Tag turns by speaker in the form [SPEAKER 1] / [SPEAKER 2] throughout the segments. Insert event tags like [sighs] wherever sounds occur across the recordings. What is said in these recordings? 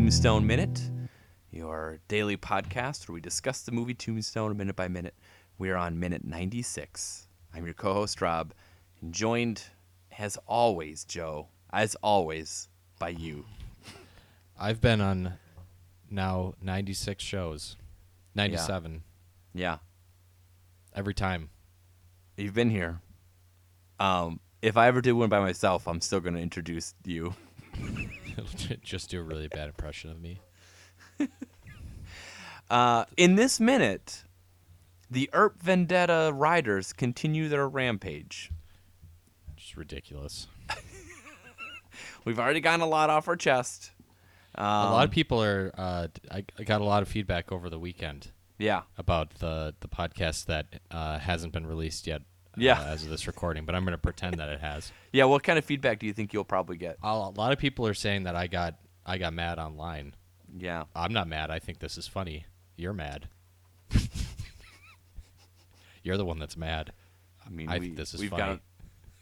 [SPEAKER 1] minute, your daily podcast where we discuss the movie Tombstone minute by minute. We are on minute 96. I'm your co host, Rob, and joined, as always, Joe, as always, by you.
[SPEAKER 2] I've been on now 96 shows, 97
[SPEAKER 1] Yeah,
[SPEAKER 2] every time. [laughs]
[SPEAKER 1] you've been here. Um, if I ever do one by myself, I'm still going to introduce you.
[SPEAKER 2] Just do a really bad impression of me.
[SPEAKER 1] Uh, in this minute, the Erp Vendetta riders continue their rampage.
[SPEAKER 2] Just ridiculous.
[SPEAKER 1] We've already gotten a lot off our chest. Um,
[SPEAKER 2] a lot of people are. Uh, d- I, I got a lot of feedback over the weekend
[SPEAKER 1] yeah.
[SPEAKER 2] about the the podcast that uh, hasn't been released yet.
[SPEAKER 1] Yeah.
[SPEAKER 2] Uh, as of this recording, but I'm going to pretend that it
[SPEAKER 1] [laughs]
[SPEAKER 2] has.
[SPEAKER 1] Yeah, what kind of feedback do you think you'll probably get?
[SPEAKER 2] A a lot of people are saying that I got I got mad online.
[SPEAKER 1] Yeah.
[SPEAKER 2] I'm not mad. I think this is funny. You're mad. [laughs] You're the one that's mad.
[SPEAKER 1] I mean,
[SPEAKER 2] I
[SPEAKER 1] we,
[SPEAKER 2] think this is
[SPEAKER 1] we've
[SPEAKER 2] funny.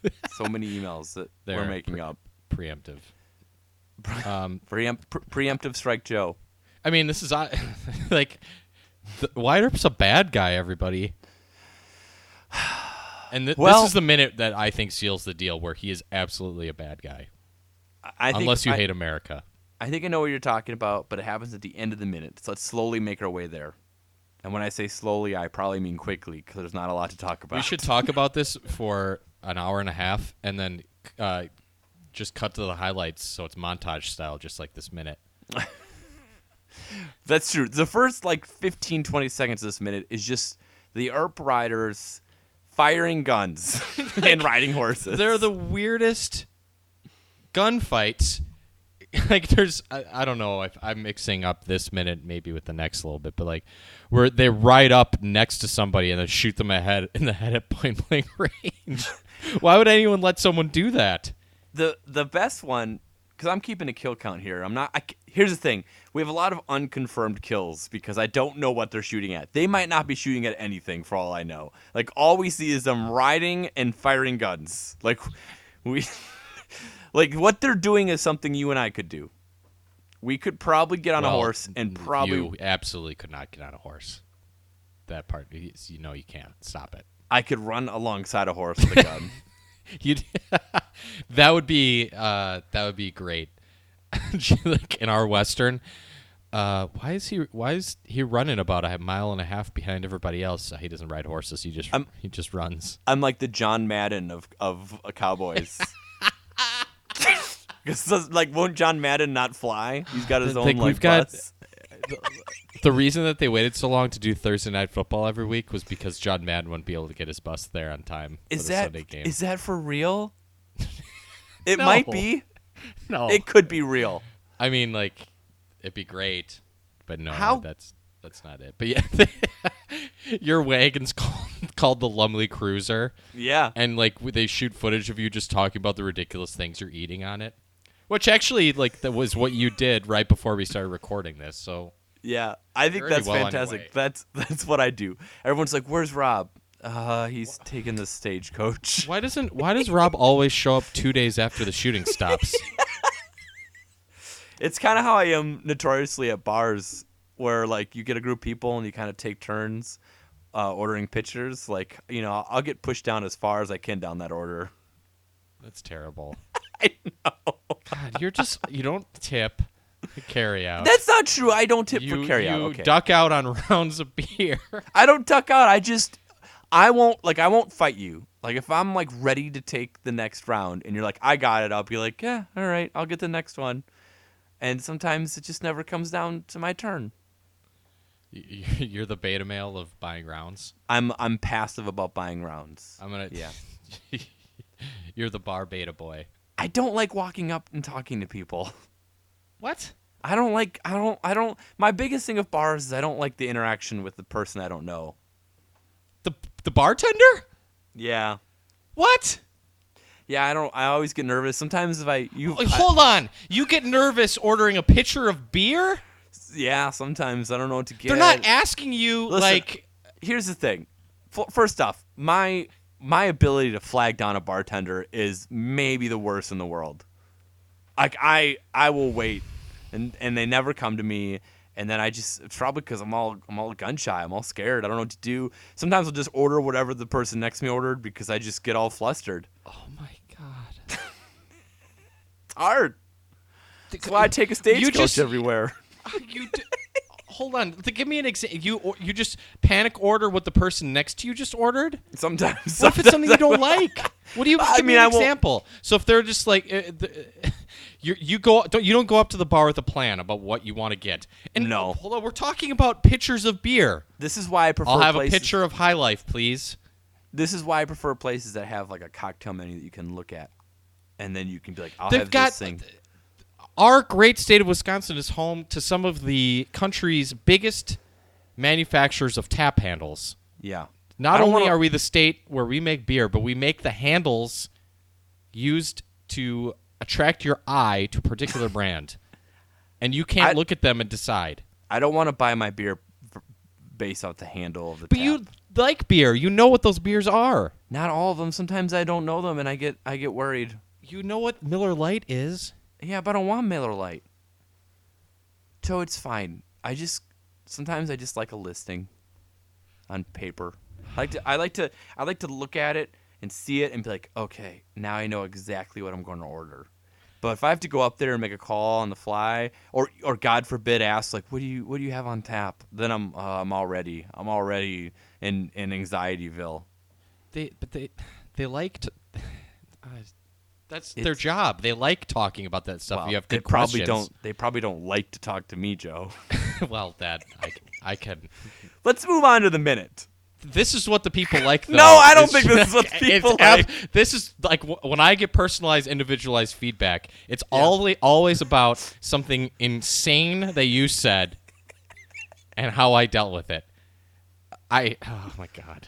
[SPEAKER 1] got so many emails
[SPEAKER 2] [laughs]
[SPEAKER 1] that we're
[SPEAKER 2] They're
[SPEAKER 1] making
[SPEAKER 2] pre-
[SPEAKER 1] up.
[SPEAKER 2] Preemptive. um,
[SPEAKER 1] Preempt, pre- preemptive strike Joe.
[SPEAKER 2] I mean, this is I- [laughs] like the, Wyatt Earp's a bad guy, everybody. And th-
[SPEAKER 1] Well-
[SPEAKER 2] this is the minute that I think seals the deal, where he is absolutely a bad guy,
[SPEAKER 1] I- I think,
[SPEAKER 2] unless you
[SPEAKER 1] I,
[SPEAKER 2] hate America.
[SPEAKER 1] I think I know what you're talking about, but it happens at the end of the minute. So let's slowly make our way there. And when I say slowly, I probably mean quickly because there's not a lot to talk about.
[SPEAKER 2] We should talk about this for an hour and a half, and then uh, just cut to the highlights, so it's montage style, just like this minute.
[SPEAKER 1] [laughs] That's true. The first like 15, 20 seconds of this minute is just the ERP riders firing
[SPEAKER 2] [laughs]
[SPEAKER 1] guns [laughs] and riding horses.
[SPEAKER 2] They're the weirdest gunfights. [laughs] Like there's, I, I don't know if I'm mixing up this minute maybe with the next a little bit, but like where they ride up next to somebody and then shoot them ahead in the head at point blank [laughs] range. Why would anyone let someone do that?
[SPEAKER 1] the the best one because I'm keeping a kill count here. I'm not. I c here's the thing: we have a lot of unconfirmed kills because I don't know what they're shooting at. They might not be shooting at anything for all I know. Like all we see is them riding and firing guns. Like we, [laughs] like what they're doing is something you and I could do. We could probably get on a
[SPEAKER 2] Well,
[SPEAKER 1] horse and probably.
[SPEAKER 2] you absolutely could not get on a horse. That part, you you know, you can't stop it.
[SPEAKER 1] I could run alongside a horse with a
[SPEAKER 2] [laughs]
[SPEAKER 1] gun.
[SPEAKER 2] You, that would be uh, that would be great. [laughs] like in our western, uh, why is he why is he running about a mile and a half behind everybody else? He doesn't ride horses. He
[SPEAKER 1] Um,
[SPEAKER 2] just he just runs.
[SPEAKER 1] I'm like the John Madden of of uh,
[SPEAKER 2] [laughs]
[SPEAKER 1] cowboys. 'Cause it's like, won't John Madden not fly? He's got his own
[SPEAKER 2] Like,
[SPEAKER 1] like
[SPEAKER 2] we've got-
[SPEAKER 1] bus.
[SPEAKER 2] The reason that they waited so long to do Thursday night football every week was because John Madden wouldn't be able to get his bus there on time
[SPEAKER 1] Is
[SPEAKER 2] for the
[SPEAKER 1] that
[SPEAKER 2] Sunday game.
[SPEAKER 1] is that for
[SPEAKER 2] [laughs]
[SPEAKER 1] real? It
[SPEAKER 2] No. Oh.
[SPEAKER 1] might be.
[SPEAKER 2] no,
[SPEAKER 1] It could be real.
[SPEAKER 2] I mean like it'd be great, but no,
[SPEAKER 1] How-
[SPEAKER 2] that's that's not it. But yeah, [laughs] your wagon's called called the Lumley Cruiser.
[SPEAKER 1] Yeah.
[SPEAKER 2] and like w- they shoot footage of you just talking about the ridiculous things you're eating on it which actually like that was what you did right before we started recording this so
[SPEAKER 1] Yeah. I think
[SPEAKER 2] You're already
[SPEAKER 1] that's
[SPEAKER 2] well on your way.
[SPEAKER 1] fantastic. That's [laughs] that's what I do. Everyone's like, "Where's Rob?" Uh, he's taking the stagecoach.
[SPEAKER 2] why doesn't why does rob always show up two days after the
[SPEAKER 1] [laughs]
[SPEAKER 2] shooting stops
[SPEAKER 1] It's kind of how I am notoriously at bars, where like you get a group of people and you kind of take turns uh, ordering pitchers. Like you know, I'll get pushed down as far as I can down that order. [laughs]
[SPEAKER 2] that's terrible
[SPEAKER 1] I
[SPEAKER 2] god you're just you don't tip carry out
[SPEAKER 1] That's not true. I don't tip
[SPEAKER 2] you,
[SPEAKER 1] for carryout.
[SPEAKER 2] you
[SPEAKER 1] Okay,
[SPEAKER 2] duck out on [laughs] rounds of beer
[SPEAKER 1] I don't duck out. I just, I won't like, I won't fight you. Like if I'm like ready to take the next round and you're like, I got it. I'll be like, yeah, all right, I'll get the next one. And sometimes it just never comes down to my turn.
[SPEAKER 2] You- you're the beta male of buying rounds
[SPEAKER 1] I'm I'm passive about buying rounds.
[SPEAKER 2] i'm gonna
[SPEAKER 1] Yeah.
[SPEAKER 2] [laughs] you're the bar beta boy
[SPEAKER 1] I don't like walking up and talking to people. [laughs]
[SPEAKER 2] what
[SPEAKER 1] I don't like I don't I don't my biggest thing of bars is I don't like the interaction with the person I don't know.
[SPEAKER 2] the the bartender
[SPEAKER 1] Yeah.
[SPEAKER 2] what
[SPEAKER 1] Yeah, I don't I always get nervous. Sometimes if I you
[SPEAKER 2] Like,
[SPEAKER 1] I-
[SPEAKER 2] hold on. You get nervous ordering a pitcher of beer?
[SPEAKER 1] yeah, sometimes I don't know what to get.
[SPEAKER 2] They're not asking you
[SPEAKER 1] Listen,
[SPEAKER 2] like
[SPEAKER 1] Here's the thing. F- First off, my my ability to flag down a bartender is maybe the worst in the world. Like I I will wait and and they never come to me. And then I just it's probably because I'm all I'm all gun shy. I'm all scared. I don't know what to do. Sometimes I'll just order whatever the person next to me ordered because I just get all flustered.
[SPEAKER 2] Oh my god.
[SPEAKER 1] It's hard. That's why I take a stagecoach
[SPEAKER 2] just-
[SPEAKER 1] everywhere. [laughs]
[SPEAKER 2] Ah, you d- [laughs] hold on. th- Give me an example. You or- you just panic order what the person next to you just ordered.
[SPEAKER 1] Sometimes.
[SPEAKER 2] What if it's something
[SPEAKER 1] sometimes
[SPEAKER 2] you
[SPEAKER 1] I-
[SPEAKER 2] don't like? What do you? Give
[SPEAKER 1] I
[SPEAKER 2] me
[SPEAKER 1] mean,
[SPEAKER 2] an
[SPEAKER 1] I won't-
[SPEAKER 2] example. So if they're just like, uh, the, [laughs] you you go don't you don't go up to the bar with a plan about what you want to get. And
[SPEAKER 1] No.
[SPEAKER 2] hold on. We're talking about pitchers of beer.
[SPEAKER 1] [laughs] This is why I prefer.
[SPEAKER 2] I'll have
[SPEAKER 1] places.
[SPEAKER 2] a pitcher of High Life, please.
[SPEAKER 1] This is why I prefer places that have like a cocktail menu that you can look at, and then you can be like, I'll
[SPEAKER 2] They've
[SPEAKER 1] have
[SPEAKER 2] got-
[SPEAKER 1] this thing.
[SPEAKER 2] Our great state of Wisconsin is home to some of the country's biggest manufacturers of tap handles.
[SPEAKER 1] Yeah. I
[SPEAKER 2] Not
[SPEAKER 1] don't
[SPEAKER 2] only
[SPEAKER 1] wanna-
[SPEAKER 2] are we the state where we make beer, but we make the handles used to attract your eye to a particular [laughs] brand. And you can't
[SPEAKER 1] I-
[SPEAKER 2] look at them and decide.
[SPEAKER 1] I don't want to buy my beer f- based off the handle of the.
[SPEAKER 2] But
[SPEAKER 1] tap.
[SPEAKER 2] you like beer. You know what those beers are.
[SPEAKER 1] Not all of them. Sometimes I don't know them, and I get I get worried.
[SPEAKER 2] You know what Miller Lite is.
[SPEAKER 1] Yeah, but I don't want Miller Lite. So it's fine. I just sometimes I just like a listing on paper. I like to I like to I like to look at it and see it and be like, okay, now I know exactly what I'm going to order. But if I have to go up there and make a call on the fly, or or God forbid, ask like, what do you what do you have on tap? Then I'm uh, I'm already I'm already in in anxietyville.
[SPEAKER 2] They but they they like to [sighs] uh, that's their
[SPEAKER 1] It's-
[SPEAKER 2] job. They like talking about that stuff.
[SPEAKER 1] Well,
[SPEAKER 2] you have
[SPEAKER 1] they
[SPEAKER 2] good
[SPEAKER 1] probably
[SPEAKER 2] questions.
[SPEAKER 1] don't they probably don't like to talk to me, Joe. [laughs]
[SPEAKER 2] [laughs] well, that I, I can
[SPEAKER 1] Let's move on to the minute.
[SPEAKER 2] This is what the people like. Though.
[SPEAKER 1] [laughs] No, I don't think
[SPEAKER 2] [laughs]
[SPEAKER 1] this is what the
[SPEAKER 2] It's
[SPEAKER 1] people
[SPEAKER 2] ab-
[SPEAKER 1] like.
[SPEAKER 2] This is like wh- when I get personalized, individualized feedback. It's always always about something insane that you said, and how I dealt with it. I oh my god.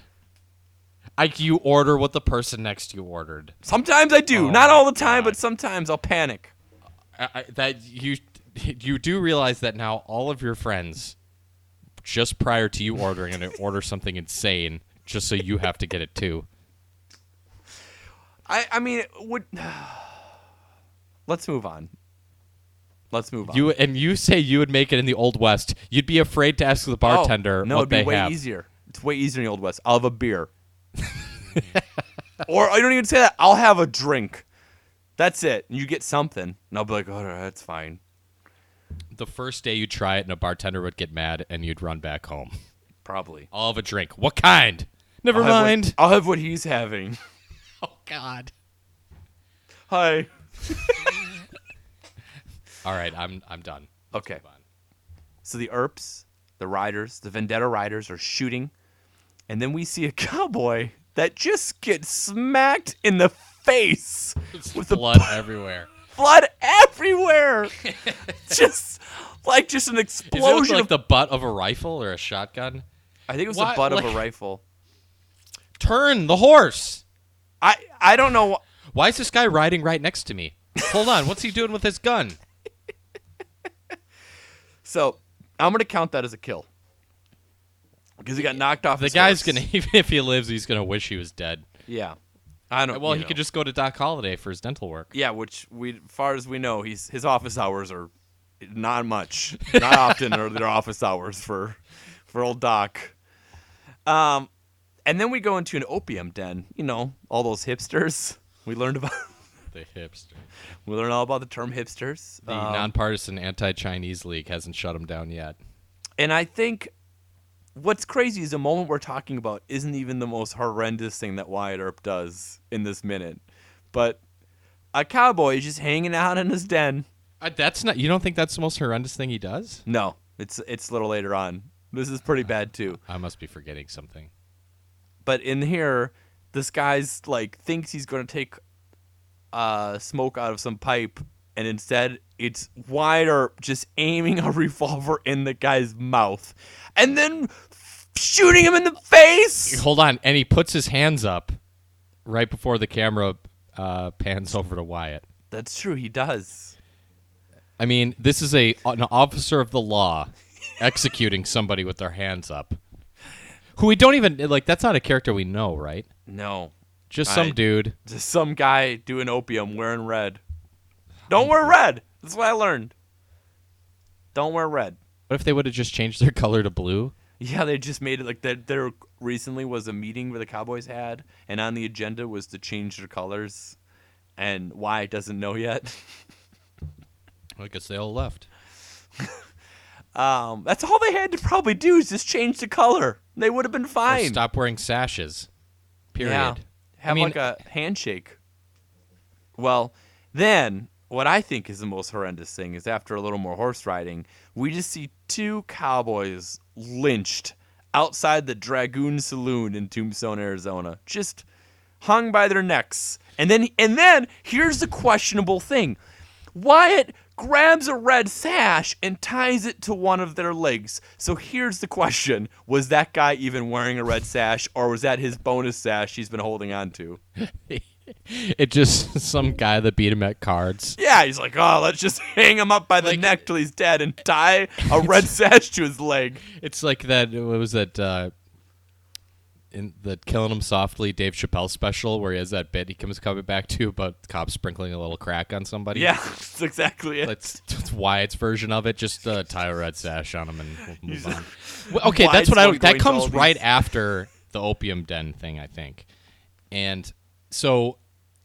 [SPEAKER 2] I you order what the person next to you ordered.
[SPEAKER 1] Sometimes I do.
[SPEAKER 2] Oh
[SPEAKER 1] Not
[SPEAKER 2] my
[SPEAKER 1] all the time,
[SPEAKER 2] God.
[SPEAKER 1] but sometimes I'll panic.
[SPEAKER 2] I, I, that you you do realize that now all of your friends, just prior to you ordering it, [laughs] order something insane just so you have to get it too.
[SPEAKER 1] I, I mean, it would. [sighs] Let's move on. Let's move on.
[SPEAKER 2] You and you say you would make it in the old west. You'd be afraid to ask the
[SPEAKER 1] Oh,
[SPEAKER 2] bartender
[SPEAKER 1] no,
[SPEAKER 2] what
[SPEAKER 1] it'd be
[SPEAKER 2] they
[SPEAKER 1] way
[SPEAKER 2] have.
[SPEAKER 1] easier. It's way easier in the Old West. I'll have a beer. or I don't even say that. I'll have a drink. That's it. And you get something. And I'll be like, oh, that's fine.
[SPEAKER 2] The first day you try it, and a bartender would get mad, and you'd run back home.
[SPEAKER 1] Probably.
[SPEAKER 2] I'll have a drink. What kind? Never
[SPEAKER 1] I'll have what- [laughs]
[SPEAKER 2] mind.
[SPEAKER 1] I'll have what he's having. [laughs]
[SPEAKER 2] oh God.
[SPEAKER 1] Hi.
[SPEAKER 2] All right, I'm I'm done.
[SPEAKER 1] Okay.
[SPEAKER 2] Move on.
[SPEAKER 1] So the ERPs, the riders, the Vendetta riders are shooting, and then we see a [laughs] cowboy that just gets smacked in the face
[SPEAKER 2] It's
[SPEAKER 1] with the
[SPEAKER 2] blood
[SPEAKER 1] [laughs]
[SPEAKER 2] everywhere.
[SPEAKER 1] blood
[SPEAKER 2] [laughs]
[SPEAKER 1] everywhere. just like just an
[SPEAKER 2] Is it with,
[SPEAKER 1] explosion.
[SPEAKER 2] like
[SPEAKER 1] of,
[SPEAKER 2] the butt of a rifle or a shotgun?
[SPEAKER 1] I think it was
[SPEAKER 2] why-
[SPEAKER 1] the butt of
[SPEAKER 2] like-
[SPEAKER 1] a rifle.
[SPEAKER 2] Turn the horse.
[SPEAKER 1] I I don't know. wh-
[SPEAKER 2] Why is this guy riding right next to me? Hold on. What's he doing with his gun?
[SPEAKER 1] So I'm gonna count that as a kill because he got knocked off.
[SPEAKER 2] The
[SPEAKER 1] his
[SPEAKER 2] guy's
[SPEAKER 1] horse.
[SPEAKER 2] gonna [laughs] even if he lives, he's gonna wish he was dead.
[SPEAKER 1] Yeah. I don't.
[SPEAKER 2] Well,
[SPEAKER 1] you
[SPEAKER 2] he
[SPEAKER 1] know.
[SPEAKER 2] could just go to Doc Holliday for his dental work.
[SPEAKER 1] Yeah, which we, far as we know, he's his office hours are not much, [laughs] not often are their office hours for for old Doc. Um, and then we go into an opium den. You know, all those hipsters. We learned about [laughs]
[SPEAKER 2] The hipster.
[SPEAKER 1] we learned all about the term hipsters.
[SPEAKER 2] The
[SPEAKER 1] Um,
[SPEAKER 2] nonpartisan anti-Chinese league hasn't shut him down yet.
[SPEAKER 1] and I think what's crazy is the moment we're talking about isn't even the most horrendous thing that Wyatt Earp does in this minute, but a cowboy is just hanging out in his den.
[SPEAKER 2] Uh, that's not. You don't think that's the most horrendous thing he does?
[SPEAKER 1] No, it's it's a little later on. This is pretty bad too.
[SPEAKER 2] I must be forgetting something.
[SPEAKER 1] But in here, this guy's like thinks he's gonna take uh, smoke out of some pipe, and instead it's wider, just aiming a [laughs] revolver in the guy's mouth, and then shooting him in the
[SPEAKER 2] [laughs]
[SPEAKER 1] face.
[SPEAKER 2] Hold on, and he puts his hands up right before the camera uh, pans over to Wyatt.
[SPEAKER 1] That's true. He does.
[SPEAKER 2] I mean, this is a an officer of the law executing somebody with their hands up, who we don't even like. That's not a character we know, right?
[SPEAKER 1] No,
[SPEAKER 2] Just some
[SPEAKER 1] I-
[SPEAKER 2] dude.
[SPEAKER 1] just some guy doing opium wearing red. Don't wear red. That's what I learned. Don't wear red.
[SPEAKER 2] What if they would have just changed their [laughs] color to blue?
[SPEAKER 1] Yeah, they just made it like that. There recently was a meeting where the Cowboys had, and on the agenda was to change their colors, and why doesn't know yet. [laughs]
[SPEAKER 2] I guess they all left.
[SPEAKER 1] Um, that's all they had to probably do is just change the color. They would have been
[SPEAKER 2] Or
[SPEAKER 1] fine.
[SPEAKER 2] stop wearing sashes. Period.
[SPEAKER 1] Yeah. Have
[SPEAKER 2] mean-
[SPEAKER 1] like a handshake. Well, then what I think is the most horrendous thing is after a little more horse riding, we just see two cowboys lynched outside the Dragoon Saloon in Tombstone, Arizona. Just hung by their necks. And then and then here's the questionable thing. Wyatt grabs a red sash and ties it to one of their legs. So here's the question Was that guy even wearing a red sash, or was that his bonus sash he's been holding on to?
[SPEAKER 2] [laughs] It just some guy that beat him
[SPEAKER 1] [laughs]
[SPEAKER 2] at cards.
[SPEAKER 1] Yeah, he's like, Oh, let's just [laughs] hang him up by the
[SPEAKER 2] Like-
[SPEAKER 1] neck till he's dead and tie a
[SPEAKER 2] [laughs]
[SPEAKER 1] red sash to his leg.
[SPEAKER 2] It's like that. What was that? Uh, in the "Killing Him Softly" Dave Chappelle special, where he has that bit he comes coming back to about cops sprinkling a little crack on somebody.
[SPEAKER 1] Yeah, that's exactly it.
[SPEAKER 2] that's, that's Wyatt's version of it. Just uh, tie a red sash on him and we'll
[SPEAKER 1] He's-
[SPEAKER 2] move on. Well, okay, that's
[SPEAKER 1] Wyatt's
[SPEAKER 2] what I.
[SPEAKER 1] going- going
[SPEAKER 2] That
[SPEAKER 1] to all
[SPEAKER 2] comes
[SPEAKER 1] these-
[SPEAKER 2] right after the opium den thing, I think. And so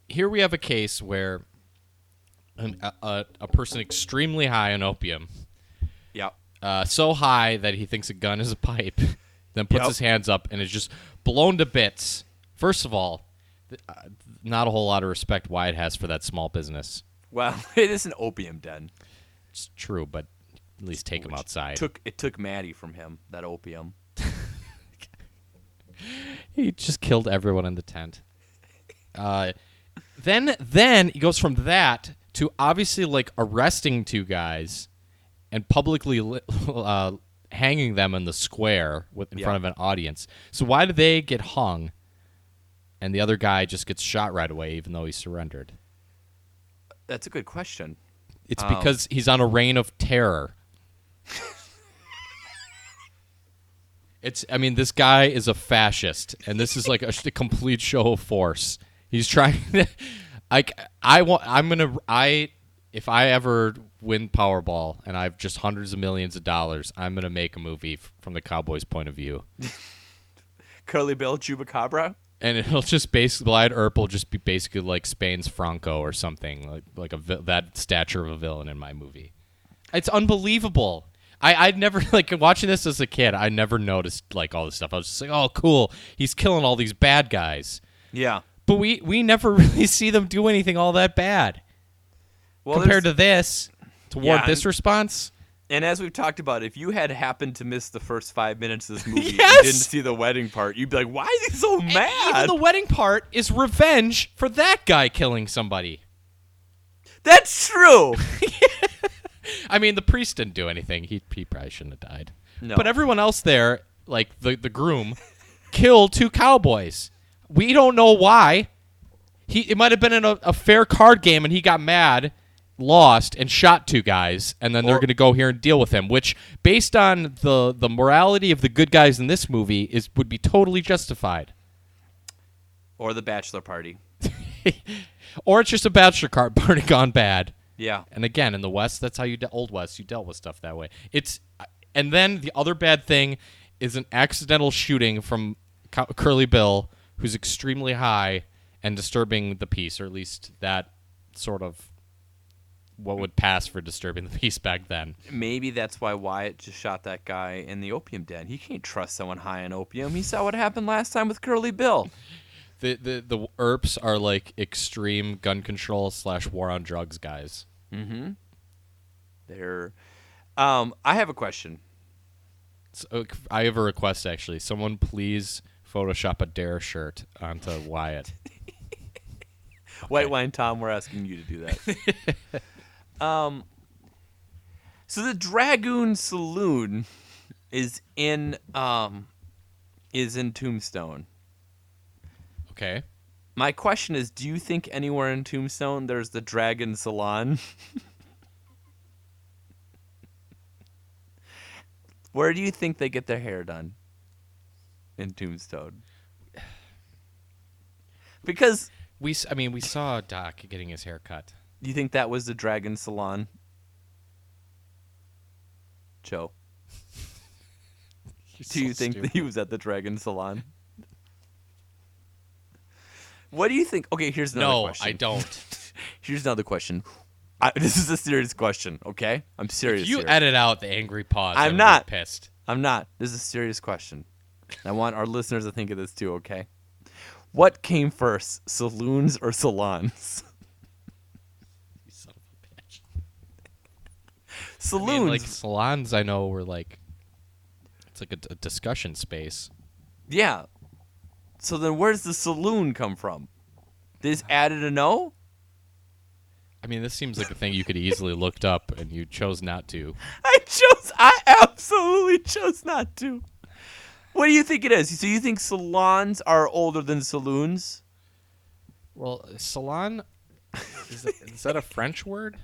[SPEAKER 2] here we have a case where an, a, a, a person extremely high on opium
[SPEAKER 1] yeah.
[SPEAKER 2] uh, so high that he thinks a gun is a pipe, [laughs] then puts
[SPEAKER 1] Yep.
[SPEAKER 2] his hands up and is just blown to bits. First of all, th- uh, not a whole lot of respect Wyatt has for that small business.
[SPEAKER 1] Well, [laughs] it is an opium den.
[SPEAKER 2] It's true, but at least take him outside.
[SPEAKER 1] Took it took Maddie from him, that opium.
[SPEAKER 2] he just killed everyone in the tent. Uh, then, then he goes from that to obviously like arresting two guys and publicly li- [laughs] uh, hanging them in the square with, in
[SPEAKER 1] Yeah.
[SPEAKER 2] front of an audience. So why do they get hung, and the other guy just gets shot right away, even though he surrendered?
[SPEAKER 1] That's a good question.
[SPEAKER 2] It's because he's on a reign of terror. it's I mean this guy is a fascist and this is like a, a complete show of force. He's trying to [laughs] like I want I'm going to I if I ever win Powerball and I've just hundreds of millions of dollars, I'm going to make a movie f- from the Cowboys point of view.
[SPEAKER 1] Curly Bill Chubacabra?
[SPEAKER 2] And it'll just basically Wyatt Earp will just be basically like Spain's Franco or something like like a vil- that stature of a villain in my movie. It's unbelievable. I I'd never [laughs] like watching this as a kid. I never noticed like all this stuff. I was just like, oh cool, he's killing all these bad guys.
[SPEAKER 1] Yeah.
[SPEAKER 2] But we we never [laughs] really see them do anything all that bad
[SPEAKER 1] Well,
[SPEAKER 2] compared
[SPEAKER 1] there's-
[SPEAKER 2] to this. To warrant
[SPEAKER 1] Yeah,
[SPEAKER 2] this
[SPEAKER 1] and-
[SPEAKER 2] response,
[SPEAKER 1] And as we've talked about, if you had happened to miss the first five minutes
[SPEAKER 2] [laughs]
[SPEAKER 1] of this movie
[SPEAKER 2] Yes!
[SPEAKER 1] and didn't see the wedding part, you'd be like, "Why is he so
[SPEAKER 2] And
[SPEAKER 1] mad?"
[SPEAKER 2] even the wedding part is revenge for that guy killing somebody.
[SPEAKER 1] That's true.
[SPEAKER 2] [laughs] I mean, the priest didn't do anything. He, he probably shouldn't have died.
[SPEAKER 1] No.
[SPEAKER 2] But everyone else there, like the, the groom, killed two cowboys. We don't know why. He It might have been in a, a fair card game, and he got mad, lost, and shot two guys, and then they're
[SPEAKER 1] Or-
[SPEAKER 2] going to go here and deal with him, which, based on the, the morality of the good guys in this movie, is would be totally justified.
[SPEAKER 1] or the bachelor party.
[SPEAKER 2] or it's just a bachelor card [laughs] party gone bad.
[SPEAKER 1] Yeah.
[SPEAKER 2] And again, in the West, that's how you de- old West you dealt with stuff that way. It's uh, and then the other bad thing is an accidental shooting from Co- Curly Bill, who's extremely high and disturbing the peace, or at least that sort of what would pass for disturbing the [laughs] peace back then.
[SPEAKER 1] Maybe that's why Wyatt just shot that guy in the opium den. He can't trust someone high on opium. He saw what happened last time with Curly Bill.
[SPEAKER 2] The the the ERPs are like extreme gun control slash war on drugs guys.
[SPEAKER 1] There. Um, I have a question.
[SPEAKER 2] So, uh, I have a request actually. Someone please Photoshop a Dare shirt onto Wyatt.
[SPEAKER 1] White wine, Tom. We're asking you to do that. um, so the Dragoon Saloon is in um, is in Tombstone.
[SPEAKER 2] Okay.
[SPEAKER 1] My question is, do you think anywhere in Tombstone there's the Dragon Salon? [laughs] Where do you think they get their hair done? In Tombstone. Because
[SPEAKER 2] We, s- I mean, we saw Doc getting his hair cut.
[SPEAKER 1] you think that was the Dragon Salon? Joe?
[SPEAKER 2] You're
[SPEAKER 1] Do you
[SPEAKER 2] so
[SPEAKER 1] think
[SPEAKER 2] stupid.
[SPEAKER 1] that he was at the Dragon Salon? What do you think? Okay, here's another
[SPEAKER 2] No,
[SPEAKER 1] question.
[SPEAKER 2] I don't.
[SPEAKER 1] [laughs] Here's another question. I, [laughs] this is a serious question, okay? I'm serious.
[SPEAKER 2] If you
[SPEAKER 1] here.
[SPEAKER 2] edit out the angry pause,
[SPEAKER 1] I'm
[SPEAKER 2] I would be
[SPEAKER 1] not.
[SPEAKER 2] pissed.
[SPEAKER 1] I'm not. This is a serious question. I want our listeners to think of this too, okay? What came first, saloons or salons? [laughs]
[SPEAKER 2] You son of a bitch. I
[SPEAKER 1] Saloons.
[SPEAKER 2] mean, like salons, I know were like it's like a, d- a discussion space.
[SPEAKER 1] yeah. So then where does the saloon come from? They just added a no?
[SPEAKER 2] I mean, this seems like a thing you could easily looked up, and you chose not to.
[SPEAKER 1] I chose. I absolutely chose not to. What do you think it is? So you think salons are older than saloons?
[SPEAKER 2] Well, salon is that, is that a French word?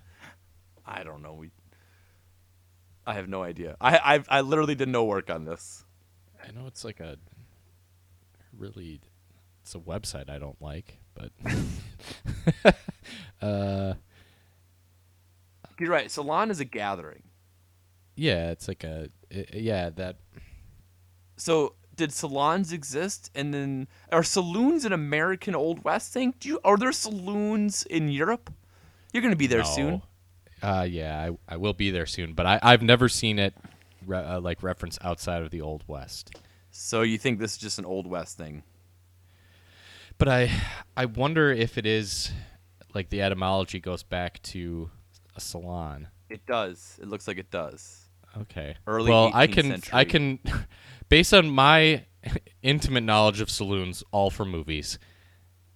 [SPEAKER 1] I don't know. We. I have no idea. I I, I literally did no work on this.
[SPEAKER 2] I know it's like a really it's a website I don't like, but [laughs] uh,
[SPEAKER 1] You're right. Salon is a gathering.
[SPEAKER 2] yeah, it's like a i- yeah that
[SPEAKER 1] So did salons exist, and then are saloons an American Old West thing? Do you are there saloons in Europe? You're gonna be there soon.
[SPEAKER 2] No. Uh, yeah, I, I will be there soon, but I, I've never seen it re- uh, like reference outside of the Old West.
[SPEAKER 1] So you think this is just an Old West thing?
[SPEAKER 2] But I I wonder if it is like the etymology goes back to a salon.
[SPEAKER 1] It does. It looks like it does.
[SPEAKER 2] Okay.
[SPEAKER 1] Early
[SPEAKER 2] well, I
[SPEAKER 1] 18th
[SPEAKER 2] can I
[SPEAKER 1] century.
[SPEAKER 2] can [laughs] based on my [laughs] intimate knowledge of saloons all from movies.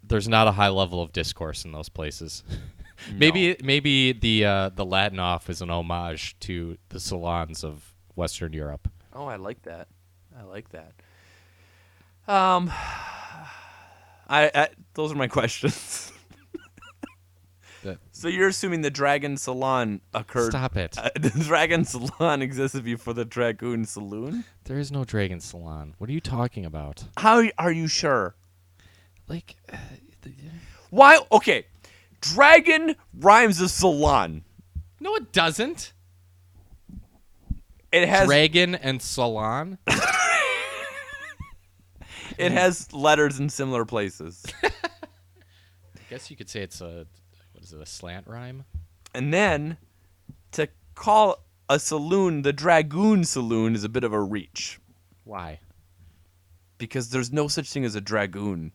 [SPEAKER 2] There's not a high level of discourse in those places. [laughs] maybe maybe the uh, the Latin off is an homage to the salons of Western Europe.
[SPEAKER 1] Oh, I like that. I like that. Um, [sighs] I, I those are my [laughs] questions.
[SPEAKER 2] That-
[SPEAKER 1] so you're assuming the Dragon Salon occurred.
[SPEAKER 2] Stop it.
[SPEAKER 1] Uh, [laughs] the Dragon Salon [laughs] existed before the Dragoon Saloon.
[SPEAKER 2] There is no dragon salon. What are you talking about?
[SPEAKER 1] How are you sure?
[SPEAKER 2] Like uh,
[SPEAKER 1] Why? Okay, Dragon rhymes with Salon.
[SPEAKER 2] No it doesn't.
[SPEAKER 1] It has
[SPEAKER 2] dragon and salon?
[SPEAKER 1] it has letters in similar places.
[SPEAKER 2] I guess you could say it's a what is it, a slant rhyme?
[SPEAKER 1] And then to call a saloon the Dragoon Saloon is a bit of a reach
[SPEAKER 2] Why?
[SPEAKER 1] because there's no such thing as a dragoon.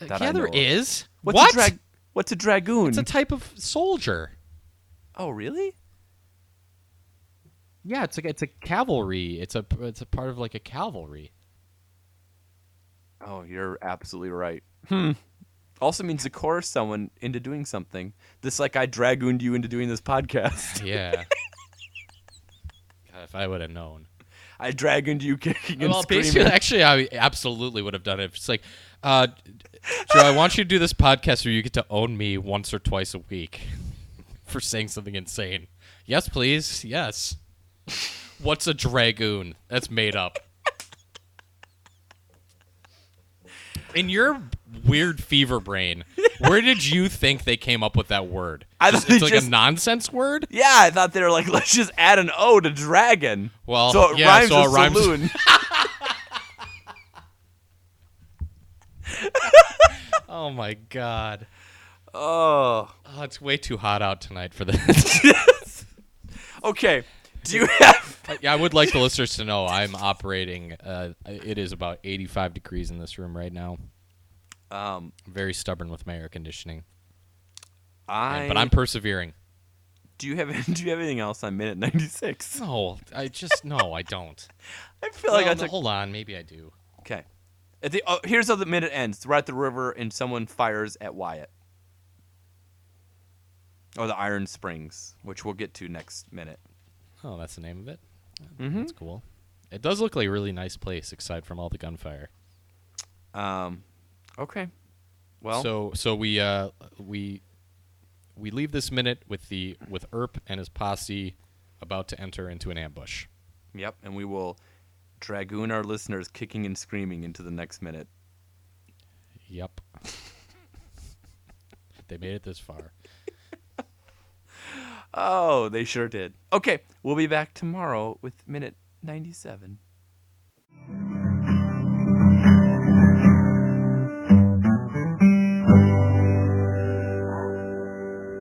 [SPEAKER 1] That I
[SPEAKER 2] yeah, there
[SPEAKER 1] know of.
[SPEAKER 2] is.
[SPEAKER 1] What's
[SPEAKER 2] what?
[SPEAKER 1] A drag- what's a dragoon?
[SPEAKER 2] It's a type of soldier.
[SPEAKER 1] oh, really?
[SPEAKER 2] Yeah, it's like it's a cavalry. It's a it's a part of like a cavalry.
[SPEAKER 1] Oh, you're absolutely right. Hmm. Also means to coerce someone into doing something. Just like I dragooned you into doing this podcast. [laughs]
[SPEAKER 2] [laughs] Yeah. God, if I would have known.
[SPEAKER 1] I dragooned you kicking and
[SPEAKER 2] Well, basically,
[SPEAKER 1] screaming.
[SPEAKER 2] [laughs] actually, I absolutely would have done it. It's like, uh, Joe, I want you to do this podcast where you get to own me once or twice a week [laughs] for saying something insane. Yes, please. Yes. What's a dragoon? That's made up. In your weird fever brain, where did you think they came up with that word?
[SPEAKER 1] I
[SPEAKER 2] Just-
[SPEAKER 1] thought
[SPEAKER 2] it's
[SPEAKER 1] they
[SPEAKER 2] like
[SPEAKER 1] just-
[SPEAKER 2] a nonsense word.
[SPEAKER 1] Yeah, I thought they were like, [laughs] let's just add an O to dragon.
[SPEAKER 2] Well,
[SPEAKER 1] so it
[SPEAKER 2] yeah,
[SPEAKER 1] rhymes
[SPEAKER 2] so it
[SPEAKER 1] with
[SPEAKER 2] rhymes-
[SPEAKER 1] saloon.
[SPEAKER 2] Oh my god!
[SPEAKER 1] oh.
[SPEAKER 2] Oh, it's way too hot out tonight for this.
[SPEAKER 1] [laughs]
[SPEAKER 2] [laughs]
[SPEAKER 1] Okay. Do you have
[SPEAKER 2] Yeah, I would like the listeners to know I'm operating. Uh, it is about 85 degrees in this room right now.
[SPEAKER 1] um
[SPEAKER 2] I'm very stubborn with my air conditioning,
[SPEAKER 1] I
[SPEAKER 2] but I'm persevering.
[SPEAKER 1] do you have [laughs] do you have anything else on minute 96?
[SPEAKER 2] No, I just no, I don't.
[SPEAKER 1] I [laughs] feel like
[SPEAKER 2] Well,
[SPEAKER 1] I
[SPEAKER 2] no,
[SPEAKER 1] took
[SPEAKER 2] hold on, maybe I do.
[SPEAKER 1] Okay. At the, oh, here's how the minute ends. We're at the river and someone fires at Wyatt. Or the Iron Springs, which we'll get to next minute.
[SPEAKER 2] Oh, that's the name of it.
[SPEAKER 1] Mm-hmm.
[SPEAKER 2] That's cool. It does look like a really nice place, aside from all the gunfire.
[SPEAKER 1] Um, okay. Well,
[SPEAKER 2] so so we uh, we we leave this minute with the with Erp and his posse about to enter into an ambush.
[SPEAKER 1] yep. And we will dragoon our listeners kicking and screaming into the next minute.
[SPEAKER 2] [laughs] Yep. they made it this far.
[SPEAKER 1] Oh, they sure did. Okay, we'll be back tomorrow with minute 97.